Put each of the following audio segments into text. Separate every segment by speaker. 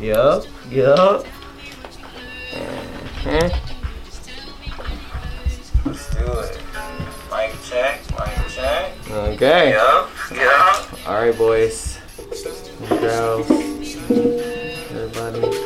Speaker 1: Yup, yup.
Speaker 2: Let's do it. Mic check, mic check.
Speaker 1: Okay.
Speaker 2: Yup, yup.
Speaker 1: All right, boys and girls, everybody.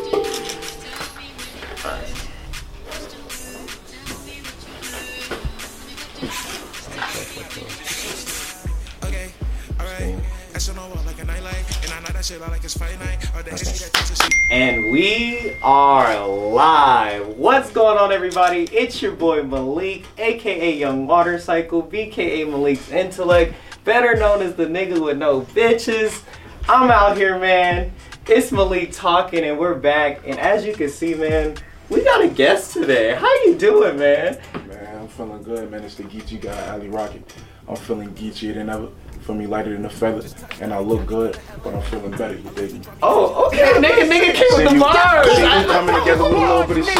Speaker 3: Okay, alright. That's on the wall like a nightlight. And I know that shit loud like it's Friday night. Or the history that teaches shit.
Speaker 1: And we are live. What's going on, everybody? It's your boy Malik, aka Young Water Cycle, BKA Malik's Intellect, better known as the nigga with no bitches. I'm out here, man. It's Malik talking, and we're back. And as you can see, man, we got a guest today. How you doing, man?
Speaker 4: Man, I'm feeling good, man. It's the Geechee guy, Ali Rocket. I'm feeling geechier than ever. Feel me lighter than a feather, and I look good, but I'm feeling better, you baby.
Speaker 1: Oh, okay, nigga, nigga came with
Speaker 4: See
Speaker 1: the
Speaker 4: you,
Speaker 1: bars.
Speaker 4: see you coming together with a little bit of shit,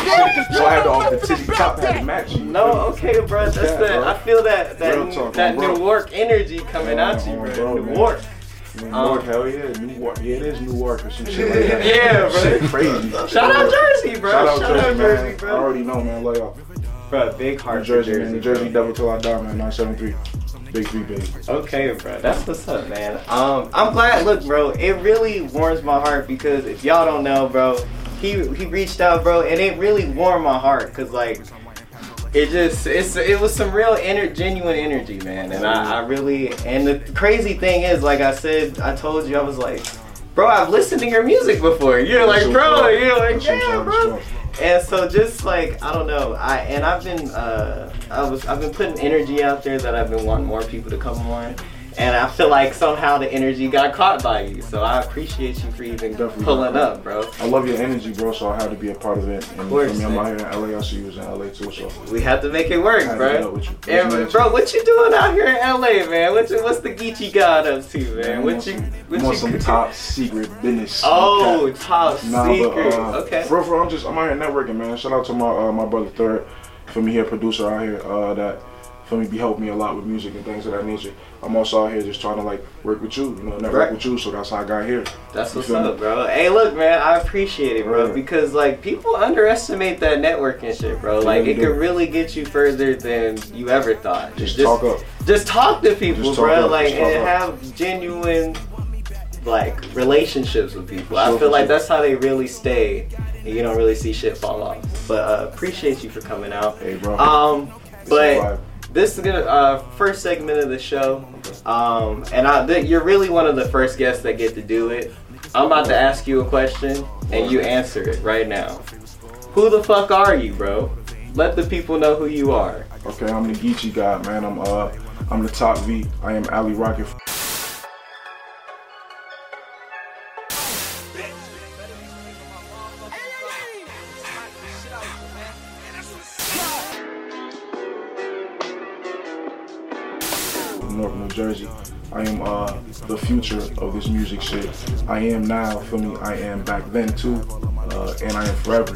Speaker 4: so I had to off the titty top had to match you.
Speaker 1: No, okay, bro. That's
Speaker 4: Yeah,
Speaker 1: that.
Speaker 4: bro.
Speaker 1: I feel that that
Speaker 4: Real talk,
Speaker 1: that
Speaker 4: bro.
Speaker 1: New York energy coming
Speaker 4: Yeah,
Speaker 1: out you,
Speaker 4: bro,
Speaker 1: bro.
Speaker 4: bro,
Speaker 1: New
Speaker 4: man.
Speaker 1: York.
Speaker 4: New York,
Speaker 1: um,
Speaker 4: hell yeah, New York. Yeah, it is New York or some shit like that.
Speaker 1: Yeah, bro.
Speaker 4: Shit crazy.
Speaker 1: Shout out Jersey, bro.
Speaker 4: Shout out Jersey, man.
Speaker 1: Jersey,
Speaker 4: I
Speaker 1: bro.
Speaker 4: already know, man. Love y'all.
Speaker 1: Bro, big heart
Speaker 4: New Jersey,
Speaker 1: for
Speaker 4: man.
Speaker 1: Jersey,
Speaker 4: New Jersey,
Speaker 1: bro.
Speaker 4: double till I die, man. 973. Big three, baby.
Speaker 1: Okay, bro. That's what's up, man. Um, I'm glad. Look, bro. It really warms my heart because if y'all don't know, bro, he he reached out, bro, and it really warmed my heart because like it just it's it was some real ener- genuine energy man and I, I really and the crazy thing is like i said i told you i was like bro i've listened to your music before you're like bro you're like yeah bro and so just like i don't know i and i've been uh i was i've been putting energy out there that i've been wanting more people to come on and i feel like somehow the energy got caught by you so i appreciate you for even
Speaker 4: Definitely.
Speaker 1: pulling up bro
Speaker 4: I love your energy, bro, so I had to be a part of it. And
Speaker 1: course,
Speaker 4: for me, I'm
Speaker 1: man.
Speaker 4: out here in LA. I see you was in LA too, so.
Speaker 1: we have to make it work
Speaker 4: I had to
Speaker 1: bro
Speaker 4: get up with you.
Speaker 1: Yeah,
Speaker 4: What you
Speaker 1: but
Speaker 4: mean?
Speaker 1: bro, what you doing out here in LA, man? What you, what's the Geechee God up to,
Speaker 4: I
Speaker 1: man?
Speaker 4: want
Speaker 1: What you
Speaker 4: some-
Speaker 1: what
Speaker 4: I want
Speaker 1: you
Speaker 4: some top secret business.
Speaker 1: Oh,
Speaker 4: Okay.
Speaker 1: top
Speaker 4: Nah,
Speaker 1: secret.
Speaker 4: But, uh,
Speaker 1: okay.
Speaker 4: For, real, for real, I'm just I'm out here networking, man. Shout out to my uh, my brother Third for me here, producer out here uh, that for me be helping me a lot with music and things of that nature. I'm also out here just trying to like work with you, you know, network
Speaker 1: Right.
Speaker 4: with you. So that's how I got here.
Speaker 1: That's
Speaker 4: you
Speaker 1: what's
Speaker 4: feel me?
Speaker 1: up, bro. Hey, look, man, I appreciate it, bro,
Speaker 4: Right.
Speaker 1: because like people underestimate that networking shit, bro. Like
Speaker 4: really
Speaker 1: it could
Speaker 4: do.
Speaker 1: really get you further than you ever thought.
Speaker 4: Just talk up.
Speaker 1: Just talk to people,
Speaker 4: Just talk
Speaker 1: bro.
Speaker 4: up,
Speaker 1: Like
Speaker 4: just talk
Speaker 1: and
Speaker 4: up.
Speaker 1: have genuine like relationships with people. I
Speaker 4: Sure,
Speaker 1: feel
Speaker 4: for
Speaker 1: like
Speaker 4: sure.
Speaker 1: that's how they really stay. And you don't really see shit fall off. But uh, appreciate you for coming out.
Speaker 4: Hey, bro.
Speaker 1: Um,
Speaker 4: a vibe.
Speaker 1: but this is gonna uh, first segment of the show, um, and I, th- you're really one of the first guests that get to do it. I'm about to ask you a question, and you answer it right now. Who the fuck are you, bro? Let the people know who you are.
Speaker 4: Okay, I'm the Geechee guy, man. I'm uh I'm the top V. I am Ali Rocket. North New Jersey. I am uh, the future of this music shit. I am now, feel me? I am back then too, uh, and I am forever.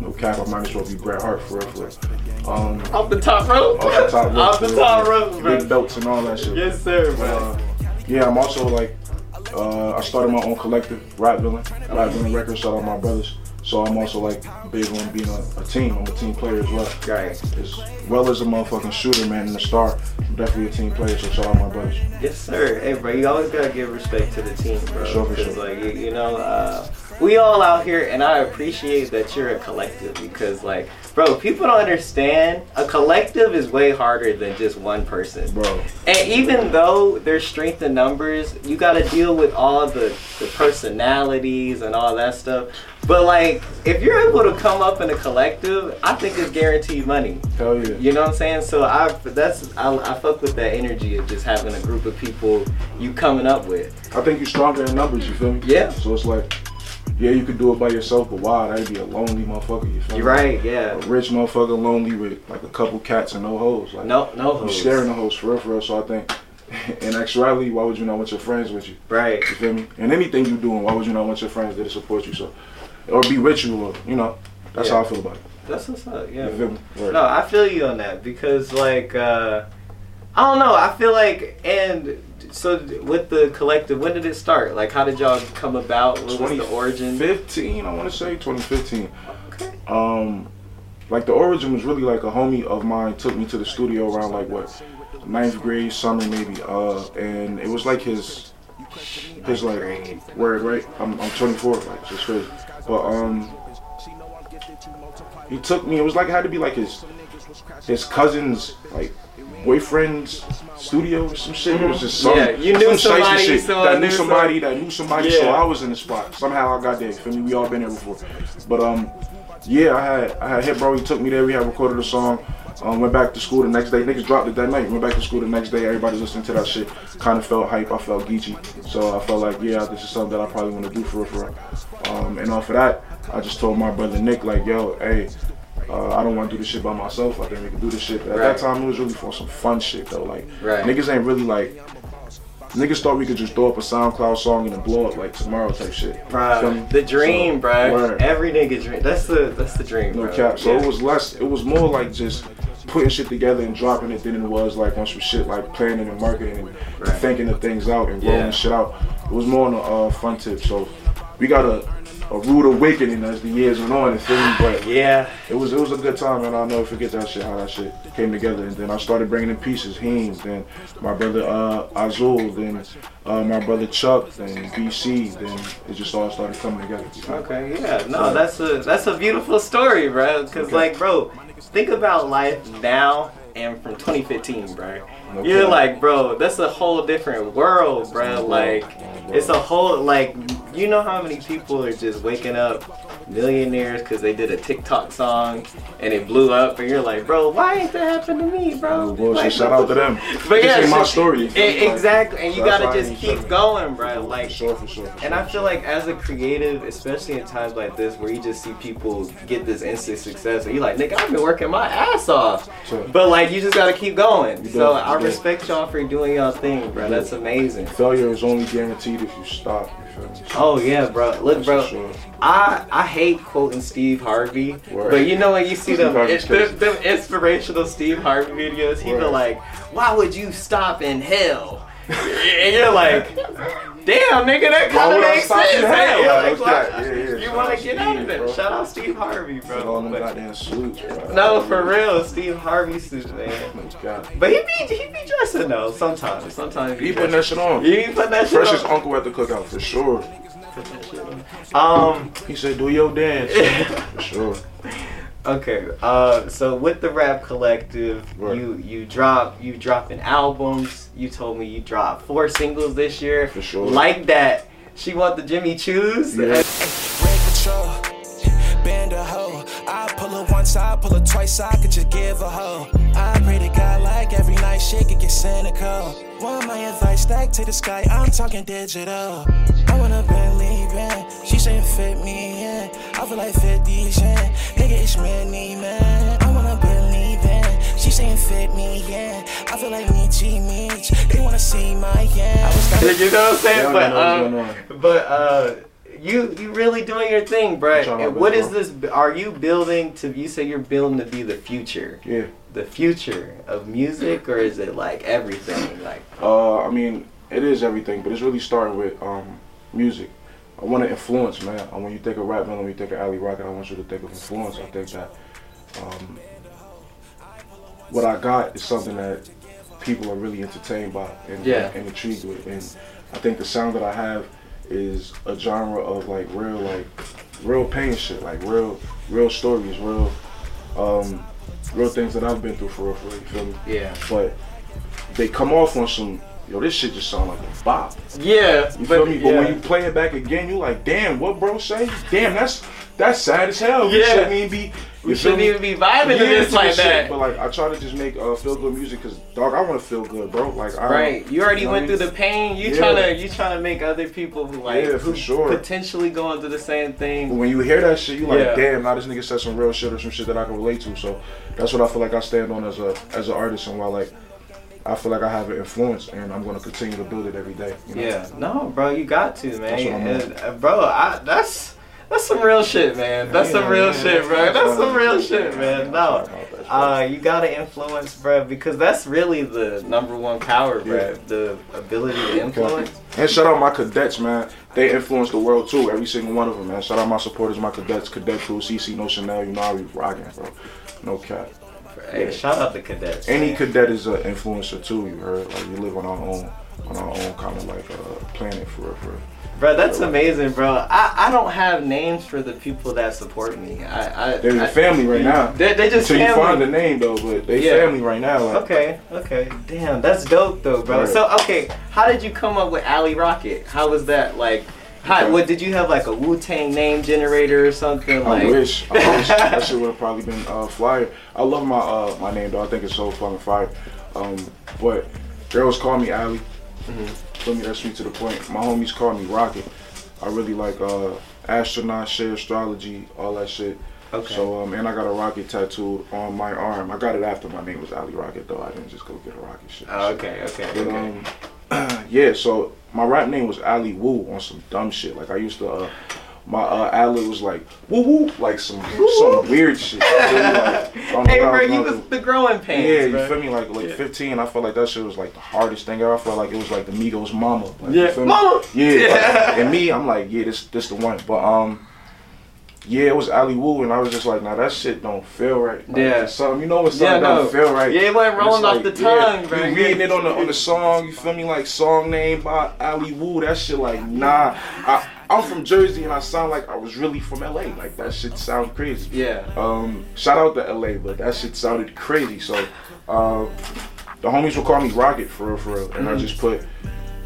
Speaker 4: No cap, I might as well be Bret Hart for real, for real. Um,
Speaker 1: Off the top rope.
Speaker 4: off the top rope.
Speaker 1: Off the top rope,
Speaker 4: Big
Speaker 1: bro.
Speaker 4: belts and all that shit.
Speaker 1: Yes, sir,
Speaker 4: But,
Speaker 1: bro.
Speaker 4: uh, yeah, I'm also like, uh, I started my own collective, Rap Villain, Rap Villain Records, shout out my brothers. So I'm also like big on being a, a team. I'm a team player as well.
Speaker 1: Right.
Speaker 4: As well as a motherfucking shooter, man, and a star. I'm definitely a team player, so shout out my brothers.
Speaker 1: Yes, sir. Hey, bro, you always gotta give respect to the team, bro.
Speaker 4: sure, for
Speaker 1: 'Cause,
Speaker 4: sure.
Speaker 1: like, you, you know, uh, we all out here, and I appreciate that you're a collective because, like, bro, people don't understand. A collective is way harder than just one person.
Speaker 4: Bro,
Speaker 1: And even though there's strength in numbers, you got to deal with all the, the personalities and all that stuff. But like, if you're able to come up in a collective, I think it's guaranteed money.
Speaker 4: hell yeah.
Speaker 1: You know what I'm saying? So I that's I, I fuck with that energy of just having a group of people you coming up with.
Speaker 4: I think you're stronger in numbers, you feel me?
Speaker 1: Yeah.
Speaker 4: So it's like, yeah, you could do it by yourself, but wow, that'd be a lonely motherfucker, you feel
Speaker 1: You're
Speaker 4: me?
Speaker 1: right,
Speaker 4: A
Speaker 1: yeah.
Speaker 4: rich motherfucker lonely with like a couple cats and no hoes. Like,
Speaker 1: No, no
Speaker 4: You
Speaker 1: hoes.
Speaker 4: scaring the hoes for real, for real. So I think, in actuality, why would you not want your friends with you?
Speaker 1: Right.
Speaker 4: You feel me? And anything you doing, why would you not want your friends there to support you? So, or be with you, or you know, that's
Speaker 1: Yeah.
Speaker 4: how I feel about it.
Speaker 1: That's what's up. Yeah.
Speaker 4: You feel me? Word.
Speaker 1: No, I feel you on that because like uh I don't know, I feel like and so with the collective, when did it start? Like, how did y'all come about? What was the origin?
Speaker 4: 2015, I want to say 2015.
Speaker 1: Okay.
Speaker 4: Um, like the origin was really like a homie of mine took me to the studio around like what ninth grade summer maybe, uh, and it was like his his like word right. I'm I'm 24, like so it's crazy. But um, he took me. It was like it had to be like his his cousin's like boyfriend's studio or some shit. It was just some
Speaker 1: Yeah, you knew
Speaker 4: some shiesty
Speaker 1: somebody,
Speaker 4: shit
Speaker 1: so I
Speaker 4: that knew
Speaker 1: knew some-
Speaker 4: somebody that knew somebody. So
Speaker 1: Yeah.
Speaker 4: I was in the spot. Somehow I got there. Feel me? We all been there before. But um, yeah, I had I had hit bro. He took me there. We had recorded a song. Um, went back to school the next day. Niggas dropped it that night. Went back to school the next day. Everybody listening to that shit. Kind of felt hype. I felt geeky. So I felt like, yeah, this is something that I probably want to do for real, for real. Um, and off of that, I just told my brother Nick, like, yo, hey, uh, I don't want to do this shit by myself. I think we can do this shit. But at
Speaker 1: Right.
Speaker 4: that time, it was really for some fun shit though. Like
Speaker 1: Right.
Speaker 4: niggas ain't really like niggas thought we could just throw up a SoundCloud song and then blow up like tomorrow type shit. Feel me?
Speaker 1: Bruh, the dream,
Speaker 4: So,
Speaker 1: bruh.
Speaker 4: word.
Speaker 1: Every nigga dream. That's the that's the dream,
Speaker 4: No
Speaker 1: bro.
Speaker 4: cap. So
Speaker 1: Yeah.
Speaker 4: it was less. It was more like just putting shit together and dropping it than it was like on some shit like planning and marketing and
Speaker 1: Right.
Speaker 4: thinking of things out and rolling
Speaker 1: Yeah.
Speaker 4: shit out. It was more on a uh, fun tip. So we got a, a rude awakening as the years went on. And feel me? But
Speaker 1: Yeah.
Speaker 4: it was it was a good time, and I'll never forget that shit. How that shit came together, and then I started bringing in pieces. Heems, then my brother uh, Azul, then uh, my brother Chuck, then BC, then it just all started coming together. you know?
Speaker 1: Okay, yeah, no, that's a that's a beautiful story, bro. Cause
Speaker 4: Okay.
Speaker 1: like, bro, think about life now and from 2015, bro.
Speaker 4: No
Speaker 1: You're
Speaker 4: cap.
Speaker 1: like, bro, that's a whole different world, bro. Like, it's a whole like, you know how many people are just waking up millionaires because they did a TikTok song and it blew up, and you're like, bro, why ain't that happen to me, bro?
Speaker 4: Oh, bullshit.
Speaker 1: Like,
Speaker 4: shout out to them.
Speaker 1: But
Speaker 4: this
Speaker 1: yeah,
Speaker 4: ain't my
Speaker 1: shit-
Speaker 4: story.
Speaker 1: e- exactly, and you
Speaker 4: That's
Speaker 1: gotta
Speaker 4: why I
Speaker 1: just
Speaker 4: ain't
Speaker 1: keep
Speaker 4: tripping.
Speaker 1: going, bro. Like,
Speaker 4: For sure, for sure. for
Speaker 1: and I
Speaker 4: sure.
Speaker 1: feel like as a creative, especially in times like this where you just see people get this instant success, and you're like, nigga, I've been working my ass off.
Speaker 4: Sure.
Speaker 1: But like, you just gotta keep going.
Speaker 4: You
Speaker 1: So
Speaker 4: do, you
Speaker 1: I
Speaker 4: do.
Speaker 1: respect y'all for doing y'all thing, bro. That's amazing.
Speaker 4: failure is only guaranteed if you stop. You feel me?
Speaker 1: Oh yeah, bro. Look,
Speaker 4: That's for
Speaker 1: bro.
Speaker 4: sure.
Speaker 1: I I hate quoting Steve Harvey,
Speaker 4: Word.
Speaker 1: but you know when you see
Speaker 4: Steve
Speaker 1: them,
Speaker 4: Harvey's
Speaker 1: it, them,
Speaker 4: crazy.
Speaker 1: them inspirational Steve Harvey videos, he be
Speaker 4: Word.
Speaker 1: like, "Why would you stop in hell?" and you're like, "Damn, nigga, that kind
Speaker 4: Why
Speaker 1: of
Speaker 4: would I
Speaker 1: makes
Speaker 4: stop in
Speaker 1: sense."
Speaker 4: hell?
Speaker 1: Hey,
Speaker 4: Yeah,
Speaker 1: like,
Speaker 4: okay.
Speaker 1: why-
Speaker 4: Yeah, yeah.
Speaker 1: You
Speaker 4: Shout
Speaker 1: want
Speaker 4: out
Speaker 1: to get out of
Speaker 4: Steve,
Speaker 1: there?
Speaker 4: bro.
Speaker 1: Shout out Steve Harvey,
Speaker 4: Put on
Speaker 1: bro.
Speaker 4: them
Speaker 1: But-
Speaker 4: goddamn salutes, bro. Oh
Speaker 1: no, for real, Steve Harvey suit, man.
Speaker 4: My God.
Speaker 1: But he be he be dressing though. Sometimes, sometimes
Speaker 4: He
Speaker 1: dressing.
Speaker 4: putting that shit on.
Speaker 1: He be putting that shit
Speaker 4: Freshest
Speaker 1: on.
Speaker 4: uncle at the cookout for sure.
Speaker 1: Um.
Speaker 4: He said, "Do your dance." for sure.
Speaker 1: Okay, uh, so with the rap collective,
Speaker 4: Right.
Speaker 1: you you drop you dropping albums. You told me you dropped four singles this year.
Speaker 4: For sure.
Speaker 1: Like that, she want the Jimmy Choos.
Speaker 4: Yeah.
Speaker 3: Red control, band a hoe. I pull her once, I pull her twice, I could just give a hoe. I pray to God like every night shit could get cynical. Want my advice, stack to the sky, I'm talking digital. I wanna been leaving, she saying fit me in. I feel like 50 cent, nigga it's many man. I wanna been leaving, she saying fit me in. I feel like me, G, me, they wanna see my yeah. I was
Speaker 1: You know what I'm
Speaker 4: They
Speaker 1: saying?
Speaker 4: don't
Speaker 1: But
Speaker 4: know what's
Speaker 1: um,
Speaker 4: going on.
Speaker 1: but uh, you you really doing your thing,
Speaker 4: I'm trying my
Speaker 1: bro. What
Speaker 4: best,
Speaker 1: is this? Are you building to? You say you're building to be the future.
Speaker 4: Yeah.
Speaker 1: The future of music, or is it like everything? Like
Speaker 4: Uh, I mean, it is everything, but it's really starting with um, music. I want to influence, man. And when you think of rap, man, when you think of Ali Rocket, I want you to think of influence. I think that um, what I got is something that people are really entertained by and,
Speaker 1: Yeah.
Speaker 4: and intrigued with. And I think the sound that I have is a genre of like real, like real pain shit, like real, real stories, real, um, real things that I've been through for real, for real. You feel me?
Speaker 1: yeah,
Speaker 4: but they come off on some yo this shit just sound like a bop
Speaker 1: yeah. but,
Speaker 4: you feel me but
Speaker 1: yeah.
Speaker 4: when you play it back again you like damn what bro say damn that's that's sad as hell we
Speaker 1: Yeah.
Speaker 4: shouldn't even be
Speaker 1: we
Speaker 4: you feel
Speaker 1: shouldn't
Speaker 4: me?
Speaker 1: even be vibing to
Speaker 4: Yeah,
Speaker 1: this
Speaker 4: to
Speaker 1: like
Speaker 4: this shit,
Speaker 1: that.
Speaker 4: but like I try to just make uh, feel good music because dog I want to feel good bro like I,
Speaker 1: Right. You already
Speaker 4: know
Speaker 1: went
Speaker 4: what I
Speaker 1: through the pain. You
Speaker 4: Yeah.
Speaker 1: tryna you tryna make other people who like
Speaker 4: Yeah, for
Speaker 1: who
Speaker 4: sure.
Speaker 1: potentially going through the same
Speaker 4: But
Speaker 1: thing.
Speaker 4: when you hear that shit, you like,
Speaker 1: Yeah.
Speaker 4: damn, now this nigga said some real shit or some shit that I can relate to. So that's what I feel like I stand on as a as an artist, and why like I feel like I have an influence, and I'm gonna continue to build it every day. You know?
Speaker 1: Yeah. No, bro, you got to,
Speaker 4: That's what
Speaker 1: man.
Speaker 4: I'm
Speaker 1: And, uh, bro, I that's that's some real shit, man. That's some
Speaker 4: Yeah,
Speaker 1: real
Speaker 4: yeah,
Speaker 1: shit,
Speaker 4: yeah.
Speaker 1: bro. That's some real
Speaker 4: Yeah,
Speaker 1: shit,
Speaker 4: yeah,
Speaker 1: man.
Speaker 4: yeah.
Speaker 1: No, Uh, you gotta influence, bruh, because that's really the number one power, bruh.
Speaker 4: Yeah.
Speaker 1: The ability to influence.
Speaker 4: And shout out my cadets, man. They influenced the world too. Every single one of them, man. Shout out my supporters, my cadets, cadet crew, CC, no Chanel, you know how we rocking, bro. No cap.
Speaker 1: Hey, shout out the cadets.
Speaker 4: Any
Speaker 1: man.
Speaker 4: cadet is an influencer too. You heard? Like we live on our own, on our own kind of like uh, planet for real, for real.
Speaker 1: Bro, that's amazing, bro. I, I don't have names for the people that support me. I, I
Speaker 4: They're your
Speaker 1: I-
Speaker 4: family right now.
Speaker 1: They, they just
Speaker 4: Until you
Speaker 1: family.
Speaker 4: find the name though, but they
Speaker 1: Yeah.
Speaker 4: family right now. Like,
Speaker 1: Okay, okay. Damn, that's dope though, bro.
Speaker 4: Right.
Speaker 1: So okay, how did you come up with Alley Rocket? How was that like? How,
Speaker 4: Okay.
Speaker 1: what did you have like a Wu Tang name generator or something like?
Speaker 4: I wish. I wish that shit would have probably been uh, flyer. I love my uh, my name though. I think it's so fucking fire. Um, but girls call me Alley.
Speaker 1: Mm-hmm.
Speaker 4: Feel me? That's sweet to the point. My homies call me Rocket. I really like uh, astronaut shit, astrology, all that shit.
Speaker 1: Okay.
Speaker 4: So um, and I got a rocket tattooed on my arm. I got it after my name was Ali Rocket though. I didn't just go get a rocket shit.
Speaker 1: Oh, okay, okay,
Speaker 4: But,
Speaker 1: okay.
Speaker 4: um, yeah, so my rap name was Ali Woo on some dumb shit. Like I used to, uh, my uh, alley was like woo woo, like some some weird shit. You feel me? Like, I don't know
Speaker 1: hey,
Speaker 4: what I
Speaker 1: bro,
Speaker 4: was
Speaker 1: you
Speaker 4: going
Speaker 1: was
Speaker 4: through.
Speaker 1: the growing pains.
Speaker 4: yeah,
Speaker 1: bro.
Speaker 4: you feel me? Like like 15, I felt like that shit was like the hardest thing ever. I felt like it was like the Migos mama. Like, you
Speaker 1: Yeah.
Speaker 4: feel me?
Speaker 1: Mama!
Speaker 4: Yeah.
Speaker 1: Yeah.
Speaker 4: like, and me, I'm like, yeah, this this the one. But um, yeah, it was Ali Woo, and I was just like, nah, that shit don't feel right. Like,
Speaker 1: Yeah.
Speaker 4: something you know when
Speaker 1: Yeah,
Speaker 4: something
Speaker 1: no.
Speaker 4: don't feel right.
Speaker 1: Yeah, it wasn't
Speaker 4: And it's
Speaker 1: rolling off the tongue,
Speaker 4: yeah,
Speaker 1: bro.
Speaker 4: You reading it on the on the song, you feel me? Like song name by Ali Woo, that shit like nah. I, I'm from Jersey and I sound like I was really from LA. Like that shit sound crazy.
Speaker 1: Yeah.
Speaker 4: Um, shout out to LA, but that shit sounded crazy. So, um, the homies would call me Rocket for real, for real, and
Speaker 1: Mm-hmm.
Speaker 4: I just put.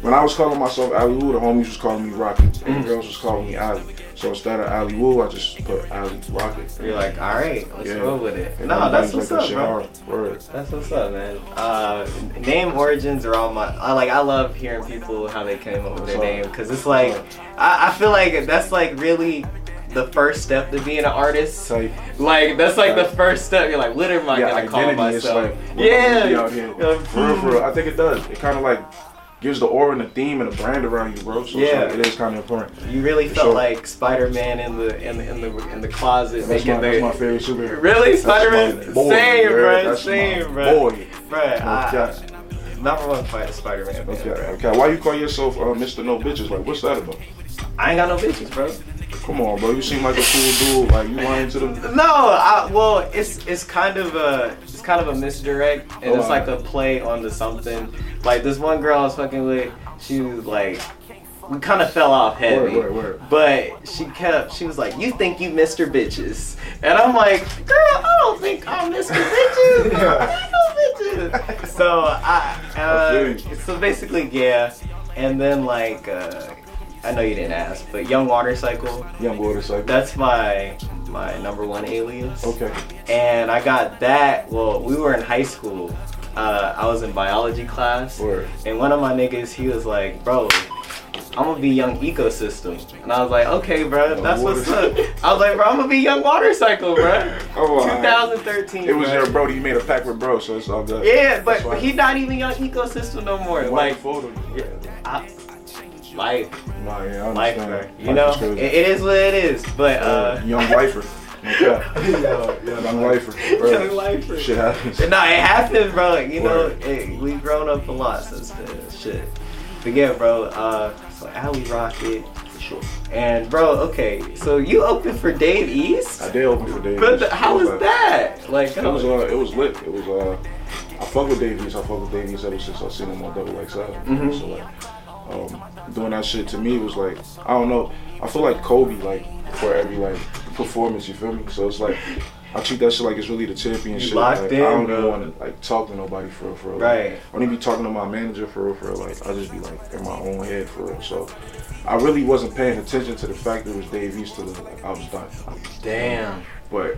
Speaker 4: When I was calling myself Ali Woo, the homies was calling me Rocket, and
Speaker 1: Mm.
Speaker 4: the girls was calling me Ali. So instead of Ali Woo, I just put Ali Rocket.
Speaker 1: You're like, all right, let's
Speaker 4: Yeah.
Speaker 1: roll with it.
Speaker 4: And
Speaker 1: No,
Speaker 4: everybody's
Speaker 1: that's what's
Speaker 4: like,
Speaker 1: up,
Speaker 4: "Shit,
Speaker 1: bro.
Speaker 4: alright, word."
Speaker 1: That's what's up, man. Uh, name origins are all my. I like. I love hearing people how they came up with their name because it's like, I, I feel like that's like really the first step to being an artist.
Speaker 4: Type.
Speaker 1: Like that's like the first step. You're like, what am I
Speaker 4: yeah,
Speaker 1: gonna call
Speaker 4: identity is
Speaker 1: myself?
Speaker 4: like what I'm gonna be
Speaker 1: yeah.
Speaker 4: out here.
Speaker 1: You're like,
Speaker 4: For real, for real. I think it does. It kind of like gives the aura and the theme and the brand around you, bro. So it's
Speaker 1: Yeah.
Speaker 4: like, it is kind of important.
Speaker 1: You really felt
Speaker 4: sure.
Speaker 1: like Spider-Man in the in the in the, in the closet
Speaker 4: That's
Speaker 1: making
Speaker 4: my, that's
Speaker 1: the.
Speaker 4: my favorite superhero.
Speaker 1: Really,
Speaker 4: That's my
Speaker 1: Spider-Man?
Speaker 4: boy,
Speaker 1: same,
Speaker 4: yeah,
Speaker 1: bro.
Speaker 4: that's my
Speaker 1: Same, bro.
Speaker 4: Boy.
Speaker 1: Bro, I,
Speaker 4: Okay.
Speaker 1: number one fight is Spider-Man. man,
Speaker 4: Okay,
Speaker 1: bro.
Speaker 4: okay. Why you call yourself uh, Mr. No Bitches? Like, what's that about?
Speaker 1: I ain't got no bitches, bro.
Speaker 4: Come on, bro. You seem like a cool dude. Like, you lying to them.
Speaker 1: No, I, well, it's it's kind of a it's kind of a misdirect, and
Speaker 4: Oh,
Speaker 1: it's like a play on the something. Like this one girl I was fucking with, she was like, we kind of fell off heavy,
Speaker 4: Word, word, word.
Speaker 1: but she kept she was like, you think you Mr. Bitches, and I'm like, girl, I don't think I'm Mr. Bitches. I don't think I'm Bitches. So
Speaker 4: I
Speaker 1: I,
Speaker 4: feel
Speaker 1: uh,
Speaker 4: you.
Speaker 1: so basically, yeah, and then like. Uh, I know you didn't ask, but Young Water Cycle,
Speaker 4: Young boy, it's like,
Speaker 1: that's my my number one alias
Speaker 4: okay.
Speaker 1: and I got that. Well, we were in high school. Uh, I was in biology class,
Speaker 4: Word.
Speaker 1: and one of my niggas, he was like, "Bro, I'm gonna be Young Ecosystem," and I was like, "Okay, bro,
Speaker 4: Young
Speaker 1: that's
Speaker 4: Water
Speaker 1: what's up." I was like, "Bro, I'm gonna be Young Water Cycle, bro."
Speaker 4: Oh, I-
Speaker 1: 2013.
Speaker 4: It was
Speaker 1: bro.
Speaker 4: your bro. You made a pact with bro, so it's all good.
Speaker 1: Yeah, but
Speaker 4: That's why-
Speaker 1: he not even Young Ecosystem no more.
Speaker 4: Why you
Speaker 1: Like,
Speaker 4: fooled him?
Speaker 1: I, life,
Speaker 4: Nah, yeah, I understand.
Speaker 1: life, bro. You
Speaker 4: Life
Speaker 1: know,
Speaker 4: is
Speaker 1: it,
Speaker 4: crazy.
Speaker 1: it is what it is. But uh,
Speaker 4: young lifer. Okay. Young lifer. bruh.
Speaker 1: Young lifer.
Speaker 4: Shit happens.
Speaker 1: No, it happened, bro. You know,
Speaker 4: Word.
Speaker 1: it, we've grown up a lot since then. Shit. But yeah, bro. Uh, so Alley Rocket.
Speaker 4: Sure.
Speaker 1: And bro, okay. So you opened for Dave
Speaker 4: I
Speaker 1: East?
Speaker 4: did open for Dave.
Speaker 1: But
Speaker 4: East.
Speaker 1: the, how
Speaker 4: It
Speaker 1: was
Speaker 4: like-
Speaker 1: that? Like,
Speaker 4: It was uh, it was lit. It was uh, I fuck with Davies. I fuck with Davies ever since I seen him on Double XL.
Speaker 1: Mm-hmm.
Speaker 4: So like, um, doing that shit to me was like, I don't know. I feel like Kobe like for every like performance. You feel me? So it's like. I treat that shit like it's really the championship.
Speaker 1: locked
Speaker 4: like,
Speaker 1: in,
Speaker 4: I don't even
Speaker 1: bro.
Speaker 4: want to like talk to nobody for real, for real.
Speaker 1: Right.
Speaker 4: I don't even be talking to my manager for real, for real. Like I just be like in my own head for real. So I really wasn't paying attention to the fact that it was Dave East. till, Like I was done.
Speaker 1: damn.
Speaker 4: But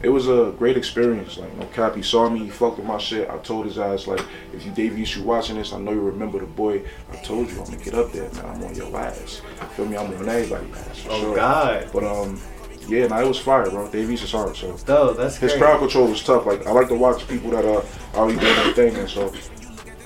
Speaker 4: it was a great experience. Like, no cap, he saw me, he fucked with my shit. I told his ass, like, if you Davies, you watching this, I know you remember the boy. I told you, I'm gonna get up there, man. I'm on your ass. Feel me? I'm on everybody's ass. For
Speaker 1: Oh,
Speaker 4: sure.
Speaker 1: God.
Speaker 4: But, um, yeah, nah, it was fire, bro. Davies is hard, so.
Speaker 1: No, that's
Speaker 4: His
Speaker 1: great.
Speaker 4: crowd control was tough. Like, I like to watch people that uh, already doing their thing, and so.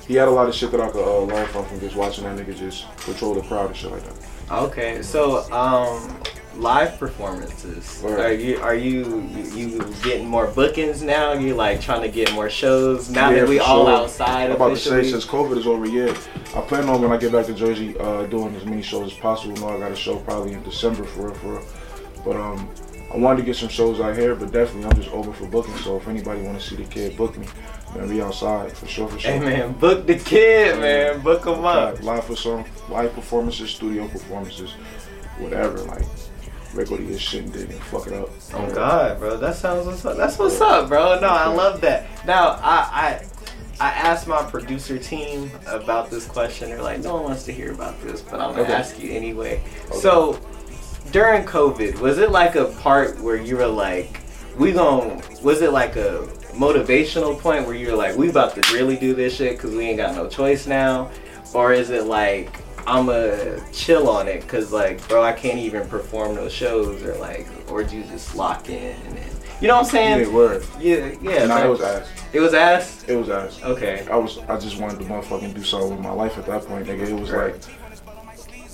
Speaker 4: He had a lot of shit that I could uh, learn from from just watching that nigga just control the crowd and shit like that.
Speaker 1: Okay, so um, live performances?
Speaker 4: Word.
Speaker 1: Are you are you, you you getting more bookings now? You like trying to get more shows now
Speaker 4: Yeah,
Speaker 1: that we
Speaker 4: for
Speaker 1: all
Speaker 4: sure.
Speaker 1: outside
Speaker 4: I'm about to say
Speaker 1: officially?
Speaker 4: since COVID is over, yeah, I plan on when I get back to Jersey uh, doing as many shows as possible. Know I got a show probably in December for real, for real. But um, I wanted to get some shows out here, but definitely I'm just open for booking. So if anybody want to see the kid, book me. Man, we outside for sure, for sure.
Speaker 1: hey man, book the kid, man, book him up.
Speaker 4: Live, live for some live performances, studio performances, whatever. Like record your shit and dig and fuck it up.
Speaker 1: Oh God, bro, that sounds what's up. That's what's up, bro. No, I love that. Now, I I, I asked my producer team about this question. They're like, no one wants to hear about this, but I'm gonna
Speaker 4: Okay.
Speaker 1: ask you anyway. So, during COVID, was it like a part where you were like, we gon' Was it like a motivational point where you were like, we about to really do this shit because we ain't got no choice now, or is it like? I'ma chill on it, cause like, bro, I can't even perform those shows, or like, or do you just lock in? And, you know what I'm saying?
Speaker 4: Yeah, word.
Speaker 1: Yeah, yeah.
Speaker 4: Nah,
Speaker 1: like-
Speaker 4: it was ass.
Speaker 1: It was ass.
Speaker 4: It was ass.
Speaker 1: Okay.
Speaker 4: I was I just wanted to motherfucking do something with my life at that point, nigga. It was
Speaker 1: Right.
Speaker 4: like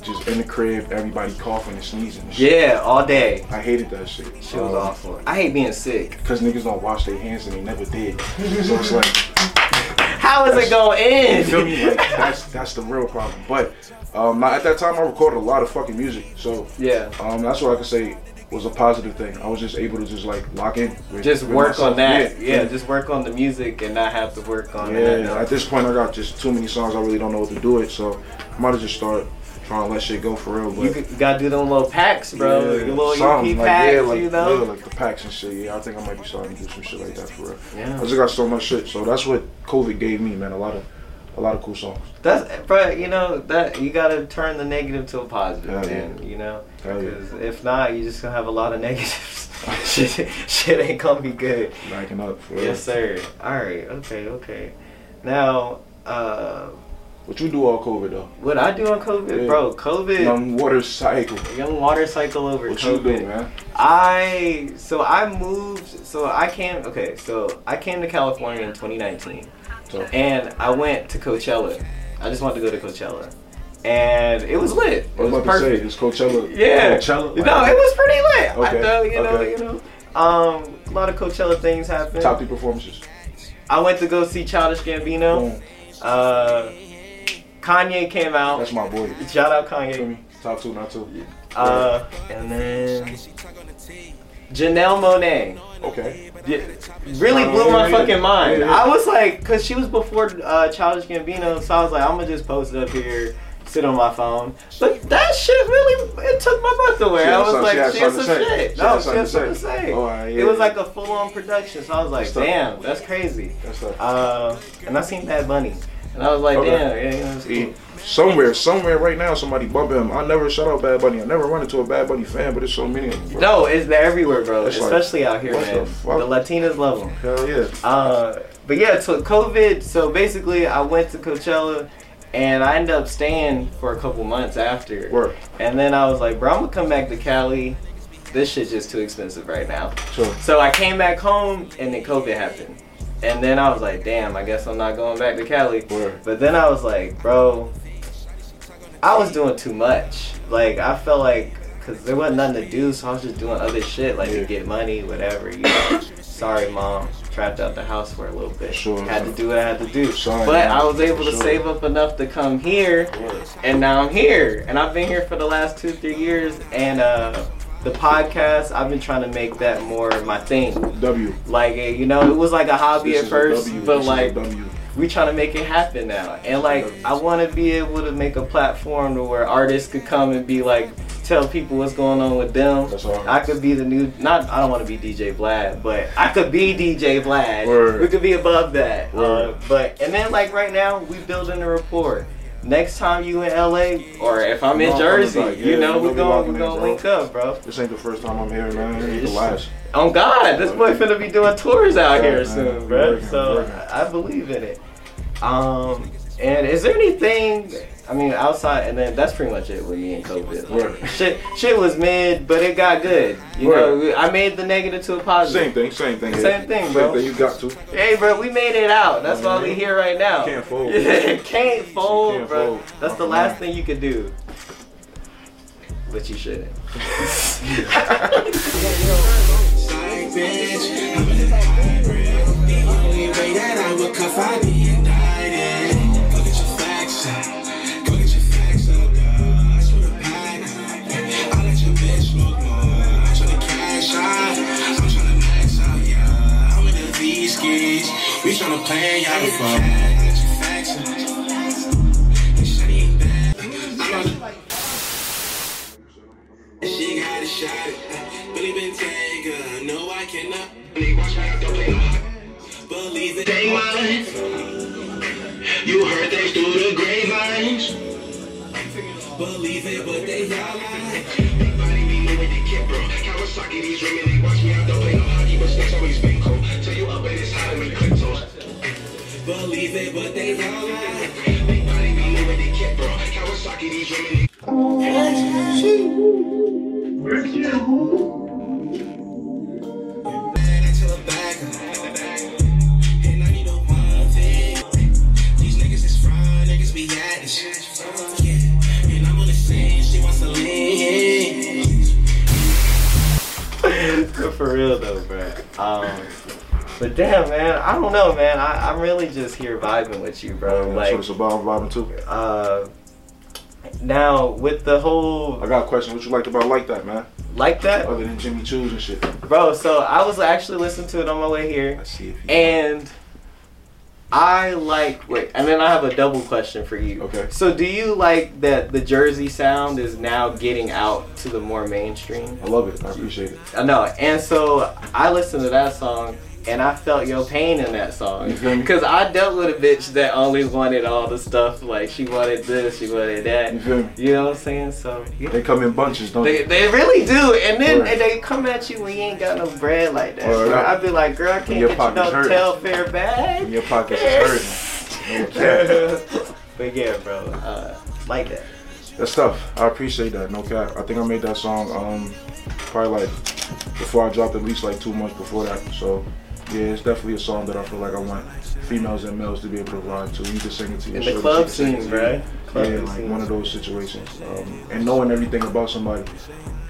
Speaker 4: just in the crib, everybody coughing and sneezing and shit.
Speaker 1: Yeah, all day.
Speaker 4: I hated that shit.
Speaker 1: Shit was
Speaker 4: Uh-huh.
Speaker 1: awful. I hate being sick.
Speaker 4: Cause niggas don't wash their hands and they never did. so it's like
Speaker 1: How is it gonna
Speaker 4: You feel me? Like
Speaker 1: end?
Speaker 4: that's that's the real problem. But um, I- at that time, I recorded a lot of fucking music, so
Speaker 1: Yeah.
Speaker 4: um, that's what I could say was a positive thing. I was just able to just like lock in, with,
Speaker 1: Just
Speaker 4: with
Speaker 1: work
Speaker 4: myself.
Speaker 1: on that. Yeah,
Speaker 4: yeah.
Speaker 1: just work on the music and not have to work on that.
Speaker 4: Yeah, At this point, I got just too many songs. I really don't know what to do it, so I might as just start trying to let shit go for real. But
Speaker 1: You, g- you gotta do them little packs, bro.
Speaker 4: Yeah,
Speaker 1: Your little
Speaker 4: something
Speaker 1: EP
Speaker 4: like-
Speaker 1: packs,
Speaker 4: yeah, like,
Speaker 1: you know.
Speaker 4: yeah, like the packs and shit. Yeah, I think I might be starting to do some shit like that for real.
Speaker 1: Yeah.
Speaker 4: I just got so much shit, so that's what COVID gave me, man. A lot of, a lot of cool songs.
Speaker 1: That's bro. You know that you gotta turn the negative to a positive,
Speaker 4: Hell yeah.
Speaker 1: man. You know,
Speaker 4: Hell yeah.
Speaker 1: 'Cause if not, you just gonna have a lot of negatives. shit, shit ain't gonna be good.
Speaker 4: Backing up for real.
Speaker 1: Yes, sir. All right. Okay. Okay. Now, uh,
Speaker 4: What you do all COVID though?
Speaker 1: what I do on COVID,
Speaker 4: Yeah.
Speaker 1: bro? COVID,
Speaker 4: Young water cycle.
Speaker 1: young water cycle over
Speaker 4: What you
Speaker 1: COVID.
Speaker 4: do, man?
Speaker 1: I so I moved. So I came. Okay. So I came to California in 2019.
Speaker 4: So,
Speaker 1: and I went to Coachella. I just wanted to go to Coachella, and it was lit. It
Speaker 4: I was
Speaker 1: was
Speaker 4: about to say,
Speaker 1: perfect.
Speaker 4: is Coachella?
Speaker 1: Yeah,
Speaker 4: Coachella. like,
Speaker 1: no, it was pretty lit. I
Speaker 4: Okay,
Speaker 1: know, you know,
Speaker 4: okay.
Speaker 1: you know. Um, a lot of Coachella things happened.
Speaker 4: Top three performances.
Speaker 1: I went to go see Childish Gambino.
Speaker 4: Boom.
Speaker 1: Uh, Kanye came out.
Speaker 4: That's my boy.
Speaker 1: Shout out
Speaker 4: Feel
Speaker 1: Kanye.
Speaker 4: me? Top two, not two.
Speaker 1: Uh, and then Janelle Monet.
Speaker 4: Okay.
Speaker 1: Yeah, really
Speaker 4: Oh,
Speaker 1: blew my
Speaker 4: yeah,
Speaker 1: fucking
Speaker 4: yeah,
Speaker 1: mind.
Speaker 4: yeah.
Speaker 1: I was like, cause she was before uh, Childish Gambino, so I was like, I'm gonna just post it up here, sit on my phone. But that shit really, it took my breath away.
Speaker 4: She had
Speaker 1: I was
Speaker 4: some-
Speaker 1: like,
Speaker 4: she had
Speaker 1: she has some
Speaker 4: something to say.
Speaker 1: shit.
Speaker 4: She
Speaker 1: No,
Speaker 4: had
Speaker 1: she has something
Speaker 4: something
Speaker 1: to
Speaker 4: to say.
Speaker 1: say.
Speaker 4: Oh, yeah,
Speaker 1: It was
Speaker 4: yeah.
Speaker 1: like a full on production, so I was like,
Speaker 4: That's tough.
Speaker 1: damn, that's crazy.
Speaker 4: That's tough.
Speaker 1: Uh, and I seen Bad Bunny, and I was like,
Speaker 4: Okay.
Speaker 1: damn, yeah, yeah, that's
Speaker 4: He-
Speaker 1: cool.
Speaker 4: Somewhere, somewhere right now, somebody bumping him. I never shout out Bad Bunny. I never run into a Bad Bunny fan, but there's so many of them. bro.
Speaker 1: No, it's they're everywhere, bro.
Speaker 4: It's like,
Speaker 1: Especially out here,
Speaker 4: what
Speaker 1: man.
Speaker 4: the fuck?
Speaker 1: The Latinas love them.
Speaker 4: Hell yeah.
Speaker 1: Uh, but yeah, so COVID. So basically, I went to Coachella, and I ended up staying for a couple months after.
Speaker 4: Work.
Speaker 1: And then I was like, bro, I'm gonna come back to Cali. This shit's just too expensive right now.
Speaker 4: Sure.
Speaker 1: So I came back home, and then COVID happened. And then I was like, damn, I guess I'm not going back to Cali.
Speaker 4: Word.
Speaker 1: But then I was like, bro, I was doing too much. Like I felt like because there wasn't nothing to do, so I was just doing other shit like
Speaker 4: Yeah.
Speaker 1: to get money, whatever. You know. Sorry, mom, trapped out the house for a little bit.
Speaker 4: Sure.
Speaker 1: Had to do what I had to do.
Speaker 4: Sorry,
Speaker 1: but
Speaker 4: mom,
Speaker 1: I was able to
Speaker 4: sure.
Speaker 1: save up enough to come here, and now I'm here, and I've been here for the last two, three years, and uh. The podcast, I've been trying to make that more my thing.
Speaker 4: W.
Speaker 1: Like, eh, you know, it was like a hobby
Speaker 4: This
Speaker 1: at
Speaker 4: is a
Speaker 1: first,
Speaker 4: W.
Speaker 1: but
Speaker 4: This is a
Speaker 1: like,
Speaker 4: W.
Speaker 1: we trying to make it happen now. And like I want to be able to make a platform to where artists could come and be like tell people what's going on with them.
Speaker 4: That's all.
Speaker 1: I could be the new not I don't want to be DJ Vlad, but I could be DJ Vlad.
Speaker 4: Word.
Speaker 1: We could be above that. Uh,
Speaker 4: Word.
Speaker 1: but and then like right now we building a rapport. Next time you in LA or if I'm in
Speaker 4: No, I'm
Speaker 1: Jersey,
Speaker 4: like, yeah,
Speaker 1: you know
Speaker 4: we
Speaker 1: we
Speaker 4: gonna
Speaker 1: going
Speaker 4: be
Speaker 1: we
Speaker 4: rocking
Speaker 1: going to
Speaker 4: it,
Speaker 1: link up, bro.
Speaker 4: This ain't the first time I'm here, man. It ain't the last.
Speaker 1: Oh God, this boy finna be doing tours out
Speaker 4: Yeah,
Speaker 1: here
Speaker 4: man.
Speaker 1: soon, bro.
Speaker 4: Working,
Speaker 1: So
Speaker 4: working.
Speaker 1: I believe in it. Um, and is there anything? I mean, outside, and then that's pretty much it with me and COVID.
Speaker 4: Work.
Speaker 1: Shit, shit was mid, but it got good. You
Speaker 4: Work.
Speaker 1: know, we- I made the negative to a positive.
Speaker 4: Same thing, same thing. yeah.
Speaker 1: Same thing, bro.
Speaker 4: Same thing, you got to.
Speaker 1: Hey, bro, we made it out. That's why we here right now.
Speaker 4: Can't fold.
Speaker 1: Can't fold,
Speaker 4: Can't
Speaker 1: bro.
Speaker 4: fold.
Speaker 1: That's the
Speaker 4: Uh-uh.
Speaker 1: last thing you could do. But you shouldn't.
Speaker 3: Like, bitch, I'm in a hybrid. The only way that I would cuff, I'd be indicted. Go get your facts up. Go get your facts up, girl. I swear to pack. I let your bitch smoke more. I'm tryna cash out. I'm tryna max out, yeah. I'm in the V's kids. We tryna play, y'all the fuck. I let your facts up. This shit ain't bad. I'm on- she got a shot at Billy Bentayga. No, I cannot. They watch me, I don't play no hot. Believe it. Dang my life. You heard they through the grapevines. Believe it, but they all lie. Big body be moving the kid, bro. Kawasaki, these women, they watch me, I don't play no hockey, but snakes always been cold. Tell you up, and it's hot, I make cryptos. Believe it, but they all lie. Big body be moving the kid, bro. Kawasaki, these women, they
Speaker 1: For real though, bro. Um, but damn, man, I don't know, man. I, I'm really just here vibing with you, bro.
Speaker 4: That's what
Speaker 1: Like,
Speaker 4: it's about, vibing too.
Speaker 1: uh, now with the whole
Speaker 4: I got a question. What you liked about like that, man?
Speaker 1: like that,
Speaker 4: Other than Jimmy Choo's and shit.
Speaker 1: bro. So I was actually listening to it on my way here,
Speaker 4: I see if you.
Speaker 1: and I like. Wait, and then I have a double question for you.
Speaker 4: Okay.
Speaker 1: So do you like that the Jersey sound is now getting out to the more mainstream?
Speaker 4: I love it. I appreciate it.
Speaker 1: I know. And so I listened to that song and I felt your pain in that song.
Speaker 4: You feel me?
Speaker 1: Because I dealt with a bitch that only wanted all the stuff. Like, she wanted this, she wanted that.
Speaker 4: You feel me?
Speaker 1: You know what I'm saying? So, yeah.
Speaker 4: Mm-hmm. They come in bunches, don't
Speaker 1: They,
Speaker 4: they?
Speaker 1: they really do. And then
Speaker 4: Word.
Speaker 1: and they come at you when you ain't got no bread like that.
Speaker 4: Word
Speaker 1: bro.
Speaker 4: up.
Speaker 1: I'd be like, girl, I can't
Speaker 4: your
Speaker 1: get you no
Speaker 4: pockets hurt.
Speaker 1: tailfare
Speaker 4: When
Speaker 1: bag.
Speaker 4: Your pockets is hurting. No cap.
Speaker 1: but yeah, bro. Uh, like that.
Speaker 4: That's tough. I appreciate that. No cap. I think I made that song um probably like before I dropped at least like two months before that. So yeah, it's definitely a song that I feel like I want females and males to be able to rhyme to. You can sing it to your
Speaker 1: In
Speaker 4: shorty,
Speaker 1: the club
Speaker 4: she can sing it
Speaker 1: scene,
Speaker 4: to you.
Speaker 1: bro. Club
Speaker 4: yeah, like
Speaker 1: scene.
Speaker 4: one of those situations. Um, and knowing everything about somebody,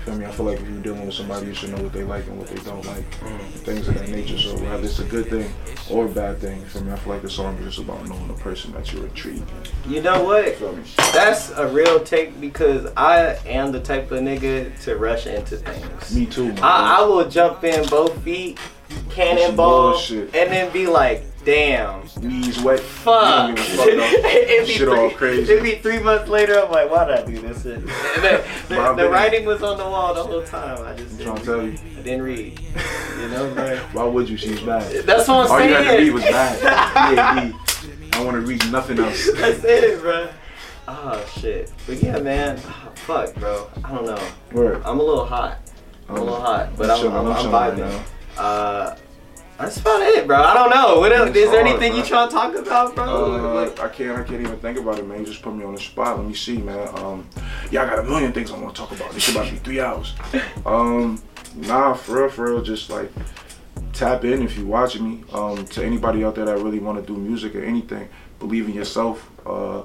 Speaker 4: feel me? I feel like if you're dealing with somebody, you should know what they like and what they don't like,
Speaker 1: Mm.
Speaker 4: things of that nature. So whether it's a good thing or a bad thing, feel me? I feel like the song is just about knowing the person that you're intrigued.
Speaker 1: You know what?
Speaker 4: Feel me?
Speaker 1: That's a real take because I am the type of nigga to rush into things.
Speaker 4: Me too. my
Speaker 1: I,
Speaker 4: bro.
Speaker 1: I will jump in both feet, cannonball, and
Speaker 4: bullshit.
Speaker 1: then be like, damn,
Speaker 4: knees wet.
Speaker 1: fuck. it'd, be
Speaker 4: Shit all
Speaker 1: three,
Speaker 4: crazy.
Speaker 1: it'd be three months later, I'm like, why did I do this shit? And the, the-
Speaker 4: My
Speaker 1: the
Speaker 4: bad.
Speaker 1: writing was on the wall the whole time. I just
Speaker 4: I'm trying
Speaker 1: didn't,
Speaker 4: to tell you,
Speaker 1: I didn't read. You know, man.
Speaker 4: why would you? She's bad.
Speaker 1: That's what I'm
Speaker 4: All
Speaker 1: saying.
Speaker 4: you had to read was bad. PAD. I want to read nothing else.
Speaker 1: That's it, bro. Oh, shit. But yeah, man. Ah, fuck, bro. I don't know.
Speaker 4: Word.
Speaker 1: I'm a little hot. I'm a little hot, but I'm,
Speaker 4: chilling,
Speaker 1: I'm,
Speaker 4: Oh. I'm
Speaker 1: I'm
Speaker 4: chilling right
Speaker 1: vibing.
Speaker 4: now.
Speaker 1: uh, that's about it, bro. I don't know. What else?
Speaker 4: It's
Speaker 1: Is there
Speaker 4: hard,
Speaker 1: anything you
Speaker 4: bro.
Speaker 1: trying to talk about, bro?
Speaker 4: Uh,
Speaker 1: Like-
Speaker 4: I can't. I can't even think about it, man. You just put me on the spot. Let me see, man. Um, yeah, I got a million things I want to talk about. This shit about to be three hours. Um, nah, for real, for real. Just like tap in if you watching me. Um, to anybody out there that really want to do music or anything, believe in yourself. Uh,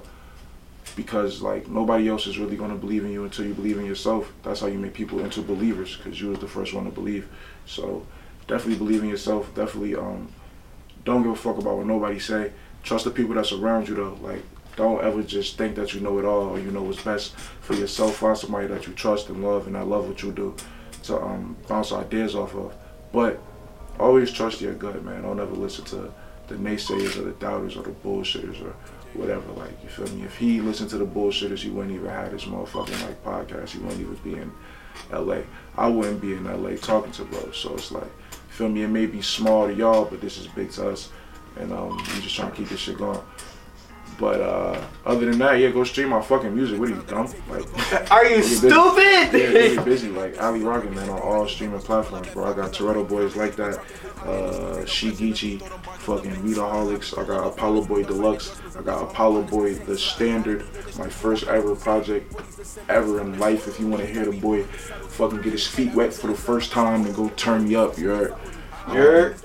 Speaker 4: because like nobody else is really going to believe in you until you believe in yourself. That's how you make people into believers. Because you was the first one to believe. So definitely believe in yourself. Definitely um, don't give a fuck about what nobody say. Trust the people that's around you though. Like don't ever just think that you know it all or you know what's best for yourself. Find somebody that you trust and love and that love what you do to um, bounce ideas off of. But always trust your gut, man. Don't ever listen to the naysayers or the doubters or the bullshitters or whatever. Like you feel me? If he listened to the bullshitters, he wouldn't even have this motherfucking like podcast. He wouldn't even be in L.A. I wouldn't be in L.A. talking to bro. So it's like, feel me? It may be small to y'all, but this is big to us. And um, we just trying to keep this shit going. But uh, other than that, yeah, go stream my fucking music. What are you dumb? Like.
Speaker 1: Are you
Speaker 4: busy.
Speaker 1: stupid?
Speaker 4: Yeah, really busy. Like Ali Rockin, man, on all streaming platforms, bro. I got Toretto Boys like that, uh, Shigichi, fucking Weedaholics. I got Apollo Boy Deluxe. I got Apollo Boy The Standard, my first ever project ever in life. If you want to hear the boy fucking get his feet wet for the first time and go turn me up, you heard?
Speaker 1: You're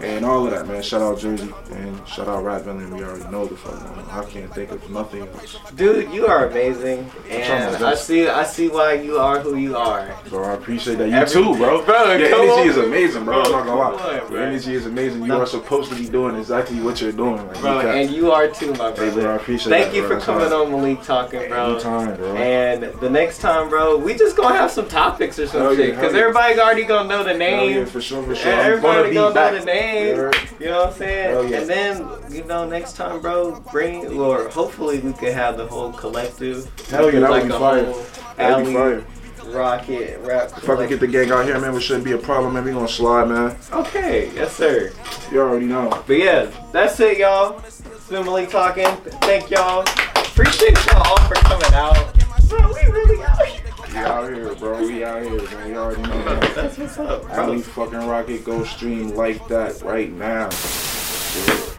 Speaker 4: and all of that, man. Shout out Jersey and shout out Rap Villain. We already know the fuck one. I can't think of nothing else.
Speaker 1: dude, you are amazing, and I see I see why you are who you are.
Speaker 4: Bro, I appreciate that. You
Speaker 1: Every-
Speaker 4: too, bro.
Speaker 1: Bro,
Speaker 4: Your
Speaker 1: come
Speaker 4: energy
Speaker 1: on.
Speaker 4: is amazing, bro. I'm
Speaker 1: Bro,
Speaker 4: not gonna
Speaker 1: come
Speaker 4: lie.
Speaker 1: on,
Speaker 4: Your
Speaker 1: bro.
Speaker 4: energy is amazing. You
Speaker 1: No.
Speaker 4: are supposed to be doing exactly what you're doing. Like,
Speaker 1: Bro,
Speaker 4: you got-
Speaker 1: and you are too, my brother.
Speaker 4: bro, I appreciate
Speaker 1: Thank
Speaker 4: that,
Speaker 1: you
Speaker 4: bro.
Speaker 1: for
Speaker 4: That's
Speaker 1: coming
Speaker 4: all.
Speaker 1: on Malik Talking, bro.
Speaker 4: Anytime, bro.
Speaker 1: And the next time, bro, we just gonna have some topics or some
Speaker 4: Hell Oh, yeah,
Speaker 1: shit,
Speaker 4: hell
Speaker 1: cause
Speaker 4: yeah.
Speaker 1: everybody's already gonna know the
Speaker 4: Hell
Speaker 1: name.
Speaker 4: yeah, for sure, for sure.
Speaker 1: And
Speaker 4: I'm gonna
Speaker 1: everybody
Speaker 4: be
Speaker 1: gonna
Speaker 4: back.
Speaker 1: know the names.
Speaker 4: You heard?
Speaker 1: You know what I'm saying?
Speaker 4: Hell yeah.
Speaker 1: And then, you know, next time, bro, bring or hopefully we could have the whole collective.
Speaker 4: Hell yeah, that
Speaker 1: like
Speaker 4: would be
Speaker 1: a
Speaker 4: fire.
Speaker 1: whole
Speaker 4: That'd be
Speaker 1: alley
Speaker 4: fire.
Speaker 1: rocket rap.
Speaker 4: If I can get the gang out here, man, we shouldn't be a problem, man. We gonna slide, man.
Speaker 1: Okay, yes sir.
Speaker 4: You already know.
Speaker 1: But yeah, that's it, y'all. It's been Malik talking. Thank y'all. Appreciate y'all all for coming out. Bro, we really out here.
Speaker 4: We out here, bro. We out here, man. You already know. man.
Speaker 1: That's what's up, bro.
Speaker 4: Alley fucking Rocket, go stream like that right now. Yeah.